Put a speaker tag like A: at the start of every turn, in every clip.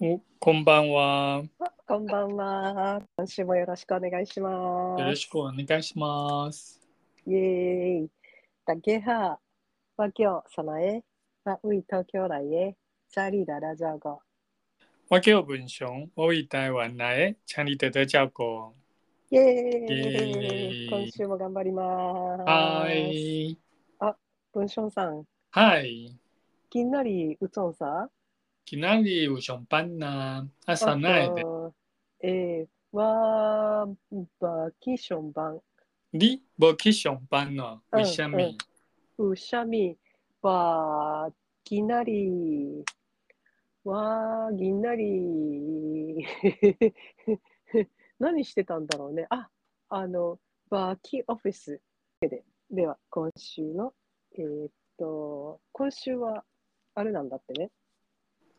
A: おこんばんは。
B: こんばんは。今週もよろしくお願いしま
A: よろ
B: す。
A: しくお願いします。
B: イエーイ。だけは、わきょうさまえ、まうい東京来へ、チャリだラジャゴ。
A: わけを文章、おい台湾来、チャンリテテチャコ。
B: イエー
A: イエーイ
B: イ。今週も頑張ります。
A: は。い。
B: 文章さん、
A: はい。
B: きんなりうつんさ。
A: きなりうしょんぱんな。朝ないで。
B: あと。えー、わー、ばきしょんばん。
A: り、ぼきしょんぱんの。うしゃ
B: うんうん
A: み。
B: うしゃみ、わー、ぎなり、わー、ぎなり。 何してたんだろうね。あ、あの、バーキオフィスで。では、今週の、えーっと、今週は、あれなんだってね。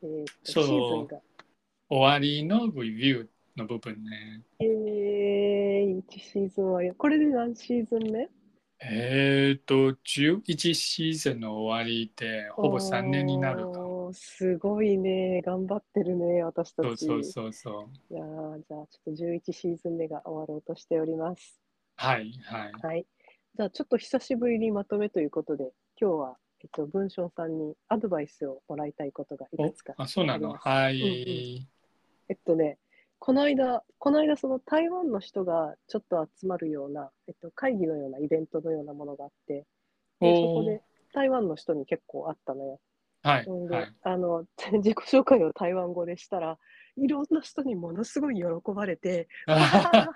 B: えーっと、シ
A: そう
B: ーズンが。
A: 終わりのレビューの部分ね。
B: えー、1シーズン終わり。これで何シーズン目
A: えっ、と、11シーズンの終わりで、ほぼ3年になるの。
B: おーすごいね。頑張ってるね、私たち。
A: そうそうそうそう。
B: いやーじゃあちょっと11シーズン目が終わろうとしております。
A: はいはい。
B: はい。じゃあちょっと久しぶりにまとめということで、今日は、えっと、文章さんにアドバイスをもらいたいことがい
A: お
B: くつか。
A: あ、そうなのはい。
B: えっとね、この間、この間その台湾の人がちょっと集まるような、えっと、会議のようなイベントのようなものがあって、でそこ
A: おー
B: で台湾の人に結構会ったのよ。
A: はい
B: ほんで、
A: はい。
B: あの 自己紹介を台湾語でしたらいろんな人にものすごい喜ばれて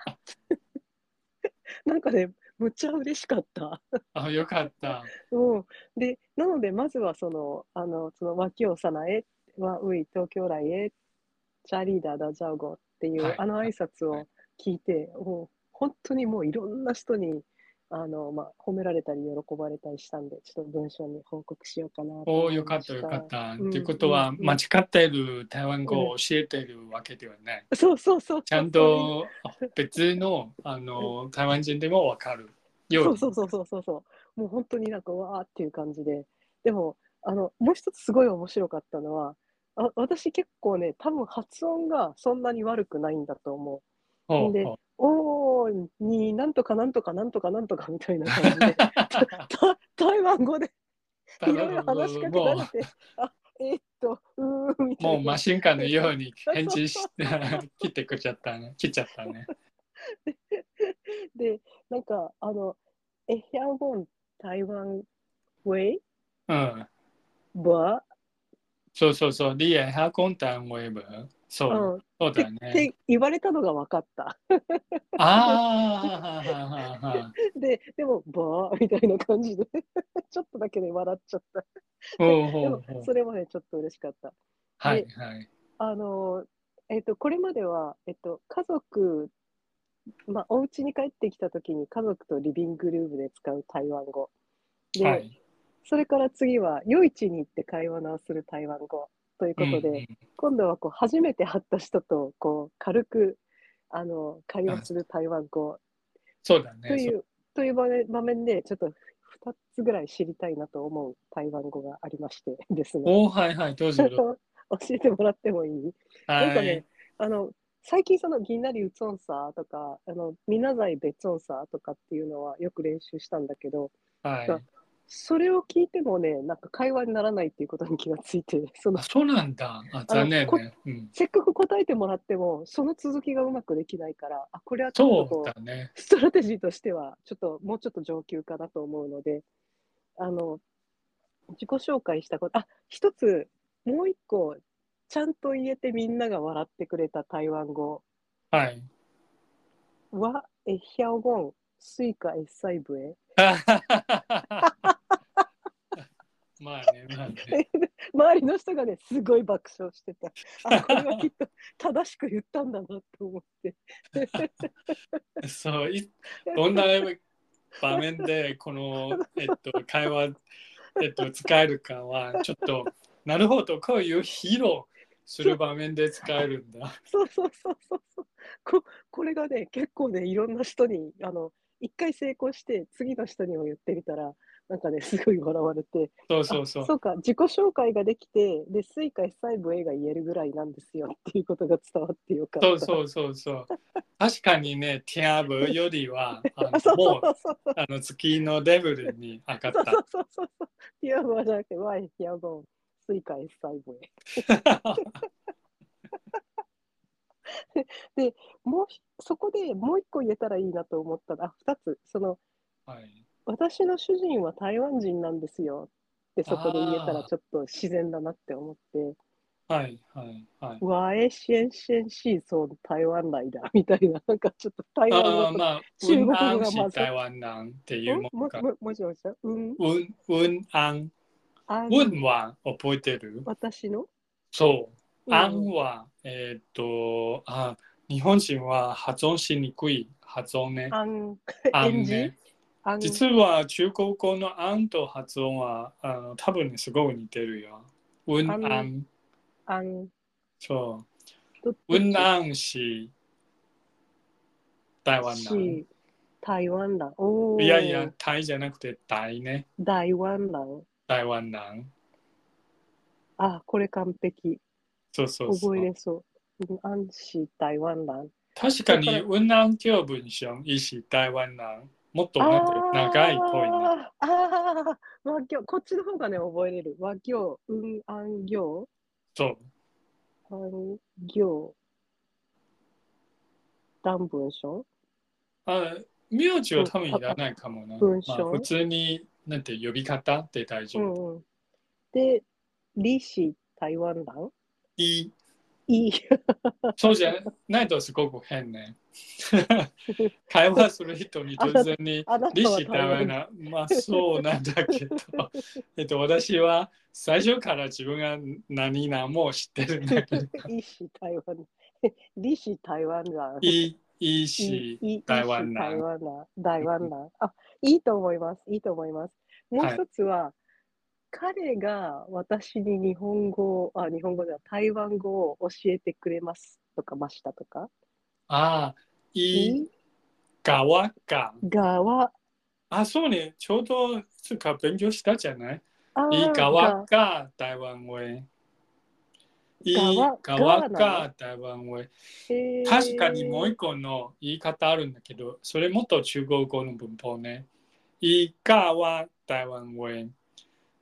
B: なんかねむっちゃ嬉しかった。
A: あ、よか った。
B: うん、でなのでまずはその「あのその脇をさなえ」は「うい東京来へ」「チャリーダーダジャオゴ」っていう、
A: はい
B: あの挨拶
A: は
B: を
A: い
B: 聞いて、もう本当にもういろんな人にあの、まあ、褒められたり喜ばれたりしたんでちょっと文章に報告しようかなと
A: おお、
B: 思い
A: よか
B: ま
A: っ
B: した
A: た、よかった。
B: うん
A: ってことは、
B: うん
A: 間違ってる台湾語を教えてるわけではない。
B: そうそうそうそう
A: ちゃん と別のあの台湾人でもわかるよう
B: そ
A: に。
B: うそうそうそうそうそうもう本当になんかうわーっていう感じででもあのもう一つすごい面白かったのはあ私結構ね多分発音がそんなに悪くないんだと思う
A: ほう
B: で
A: ほう
B: おーになんとかなんとかなんとかなんとかみたいな感じ でた台湾語で いろいろ話しかけられ
A: も
B: てあえーっとうーんみ
A: う、
B: た
A: も
B: いな
A: うマシンガンのように返事して 切ってくちゃった ね。切っちゃったね。
B: でなんかあの「エヒャオゴン台湾ウェイ
A: うん。
B: バ
A: そうそうそう。リエ、ハコンタンウェブ。そ
B: ー」う
A: う、
B: ん、っ
A: そうだね。
B: て言われたのが分かった。
A: ああ、はははは。
B: で、でも、ばーみ たいな感じで、ちょっとだけで笑っちゃった。
A: ほうほ
B: で
A: う
B: も
A: ほう、
B: そ。れもね、ちょっと嬉しかった。
A: はいはい。
B: あのー、えっと、これまでは、えっと、家族、まあ、お家に帰ってきたときに家族とリビングルームで使う台湾語。で、
A: はい。
B: それから次は、夜市に行って会話をする台湾語ということで、
A: うんうん
B: 今度はこう初めて会った人とこう軽くあの会話する台湾語
A: そうだね。
B: とい
A: そう
B: う、という場面場面で、ちょっと2つぐらい知りたいなと思う台湾語がありましてですね。
A: おお、はいはい、どう
B: ちょ
A: ぞ
B: っ。と教えてもらってもいい
A: は
B: なんかね
A: い。
B: あの、最近そのぎんなりうつんさとか、あの、みなざいべつんさとかっていうのはよく練習したんだけど、
A: はい。
B: それを聞いてもね、なんか会話にならないっていうことに気がついて、その
A: あ、そうなんだ。あ、残念
B: こ
A: ね。うん。
B: せっかく答えてもらっても、その続きがうまくできないから、あ、これはちょっと
A: そ
B: こう
A: う、だね。
B: ストラテジーとしては、ちょっともうちょっと上級化だと思うので、あの、自己紹介したこと、あ、一つ、もう一個、ちゃんと言えてみんなが笑ってくれた台湾語
A: はい。
B: は、え、ひゃおごん、スイカエッサイブエ。
A: まあね、まあね。
B: 周りの人がね、すごい爆笑してた。あ、これはきっと正しく言ったんだなと思って。
A: そう、い どんな場面でこの、えっと、会話、えっと、使えるかは、ちょっと、なるほど、こういう披露する場面で使えるんだ。
B: そうそうそうそうそう。ここれがね結構ねいろんな人にあの一回成功して次の人にも言ってみたらなんかね、すごい笑われて、
A: そうそうそう
B: あ。そうか、自己紹介ができて、で、スイカ細部 A が言えるぐらいなんですよっていうことが伝わってよかった。
A: そうそうそうそう。確かにね、ティアブより は、あ
B: あ
A: の
B: そうそ
A: も
B: う
A: う
B: そう
A: あの月のレベルに上がっ
B: そうそうそうそう。ティアボじゃなくて、ワイ、ティアボン、スイカ細部 A。
A: た。
B: もうひ、そこでもう一個言えたらいいなと思ったのあ、二つ、その、
A: はい、
B: 私の主人は台湾人なんですよってそこで言えたら
A: あー
B: ちょっと自然だなって思って、
A: はい、はい、はい。
B: わえしえんしえんしーそう台湾来だみたいな、 なんかちょっと台湾
A: あ
B: の
A: あ、
B: こと、
A: まあ、
B: 中
A: う
B: 国語
A: ん
B: が
A: あ
B: ま
A: ん
B: ず
A: し台湾なんってい
B: ん
A: う
B: も
A: もん
B: も
A: か。
B: もしもし、うん、
A: うん、うん、あん。
B: あん
A: うんは覚えてる
B: 私の、
A: そうう。
B: ん
A: あんは、えーっと、あ、日本人は発音しにくい発音ね。
B: あん、
A: あん
B: 演じ
A: ね。
B: あん、
A: 実は中国語のあんと発音はあの多分ねすごい似てるよ。うん
B: あん
A: あん。
B: あん、
A: そ
B: どっ
A: う。うん
B: ち
A: あんし台湾なん。
B: し、台湾だ。おー
A: いやいや、、タイじゃなくて台ね。
B: 台湾だ。
A: 台湾なん。
B: あ、これ完璧。
A: そうそうそ
B: 覚え
A: う。
B: れそう。うん、あんし、台湾だ。
A: 確かに
B: だか
A: うんあん教文章いいし台湾なん。もっとなんて長い声ね。
B: あーあー、和行、こっちの方がね、覚えれる。和行、うん、あん行、
A: そう。
B: あん行、断文章
A: あ名字は多分いらないかもな。
B: 文章
A: まあ、普通になんて呼び方って大
B: う
A: 丈夫。
B: んうん。で、李氏台湾団
A: いい。
B: いい。
A: そうじゃないとすごく変ね。会話する人に突然に
B: あな
A: 「リ
B: たは
A: シ
B: 台
A: ダメ
B: 湾
A: な」まあそうなんだけど、えっと、私は最初から自分が何々も知ってるんだけど、
B: 李氏台湾李氏台湾団
A: いい、いいし、
B: いい
A: 台湾
B: いいし台
A: な。
B: 湾な台湾なあ、いいと思います。いいと思います。もう
A: はい
B: 一つは、彼が私に日本語を、あ、日本語では台湾語を教えてくれますとか、ましたとか。
A: ああ、いい
B: い
A: かわか。
B: がは、
A: あ、そうね、ちょうどいつか勉強したじゃない
B: あ
A: いいかわ
B: が
A: か、台湾語へ。いい
B: わ
A: かわ
B: がな
A: か、台湾語へ。
B: へー
A: 確かにもう一個の言い方あるんだけど、それもっと中国語の文法ね。いかは台湾語。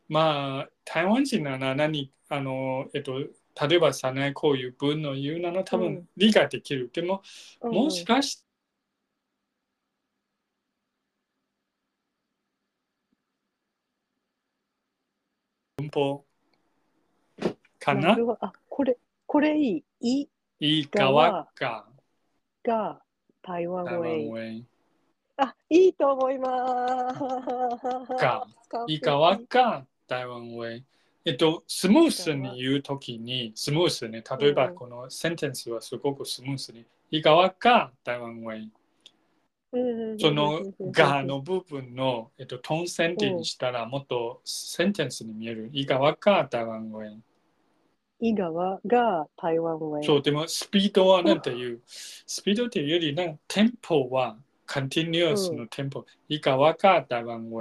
A: まあ、台湾人なら何、あの、えっと、例えばさね、こういう文の言うなら多
B: う
A: 分
B: ん
A: 理解できる。でも、
B: うん
A: もしかして、文法か
B: な
A: な
B: るほどあ、これ、これいい。い
A: いいかわか
B: が台湾
A: 台
B: 語
A: 湾
B: へ
A: 語。
B: あ、いいと思います。
A: が
B: 完璧
A: いいかわか台湾語。えっと、スムースに言うときに、スムースね、例えば
B: うん
A: このセンテンスはすごくスムースに、いいかわか台湾語。そのがの部分の、えっと、トンセンテにしたらもっとセンテンスに見える。いいかわか台湾語。
B: 伊川が台湾語
A: そう、でもスピードはなんていう、スピードっていうよりなんかテンポは、カンティニュースのテンポ、いいかわか台湾語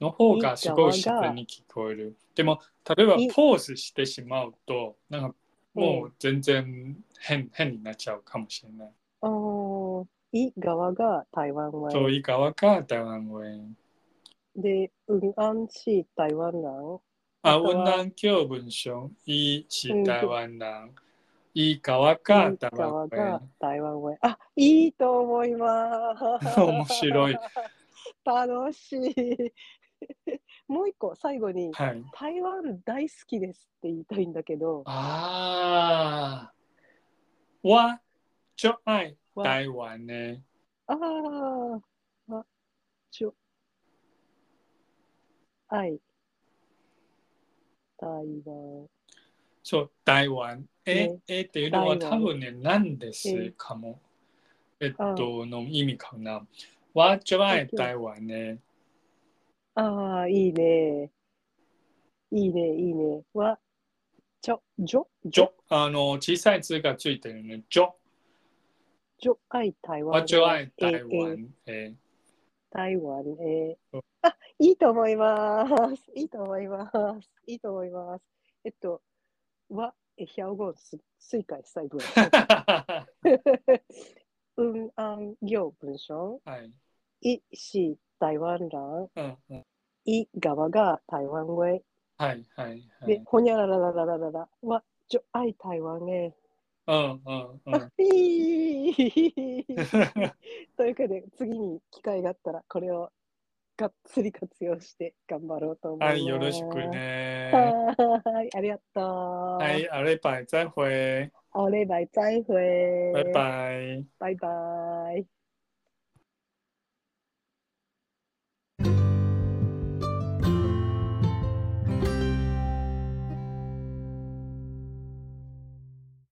A: の方がすごい自然に聞こえる。でも、例えば
B: い
A: ポーズしてしまうと、なんかもう全然変,、変になっちゃうかもしれない。
B: あー伊川が台湾語
A: そう、いいかわか台湾語
B: で、うんあんし台湾人。
A: あ、
B: あとは
A: 温暖教文章、いいし台湾なん。いいかわか台
B: 伊川
A: 湾
B: が
A: 語。
B: 台湾語。あ、いいと思います。
A: 面白い。
B: 楽しい。もう一個最後に
A: はい。
B: 台湾大好きですって言いたいんだけど、
A: ああ。わ、ちょあい
B: わ
A: 台湾ね。
B: あーあ、ちょ、愛、台湾。
A: そう、台湾。え
B: ね、
A: えっていうのは
B: 台
A: 多
B: 湾
A: 分ね、なんですかも。えっと、の意味かな。わ、ちょあい台湾ね。
B: ああ、いいね。いいね、いいね。わ、ちょ、じょ、
A: ちょ、あの、小さい字がついてるね。ちょ、
B: じょ、愛、台湾。
A: わ、ちょあい台
B: えーえー
A: 湾。えー
B: 台湾、えー
A: そう
B: あ、いいと思います。 いいと思います。いいと思います。えっと、わ、え、ひゃおごんす、すいかいさいぶん。 うん、あん、ぎょう、文章。
A: はい。
B: い、し、台湾らん。
A: うんうん
B: い、側が台湾語へ。
A: はいはいは
B: で
A: い。、
B: ほにゃららららららら。わ、ちょ、あい台湾へ。
A: うんうん う
B: あ
A: ん。、
B: いい。 というわけで、次に機会があったら、これをがっつり活用して頑張ろうと思います。
A: はい、よろしく。ね。
B: はーい、ありがとう。は
A: はい、あれば、再会。
B: 好嘞，拜，再会，
A: 拜拜。
B: 拜拜。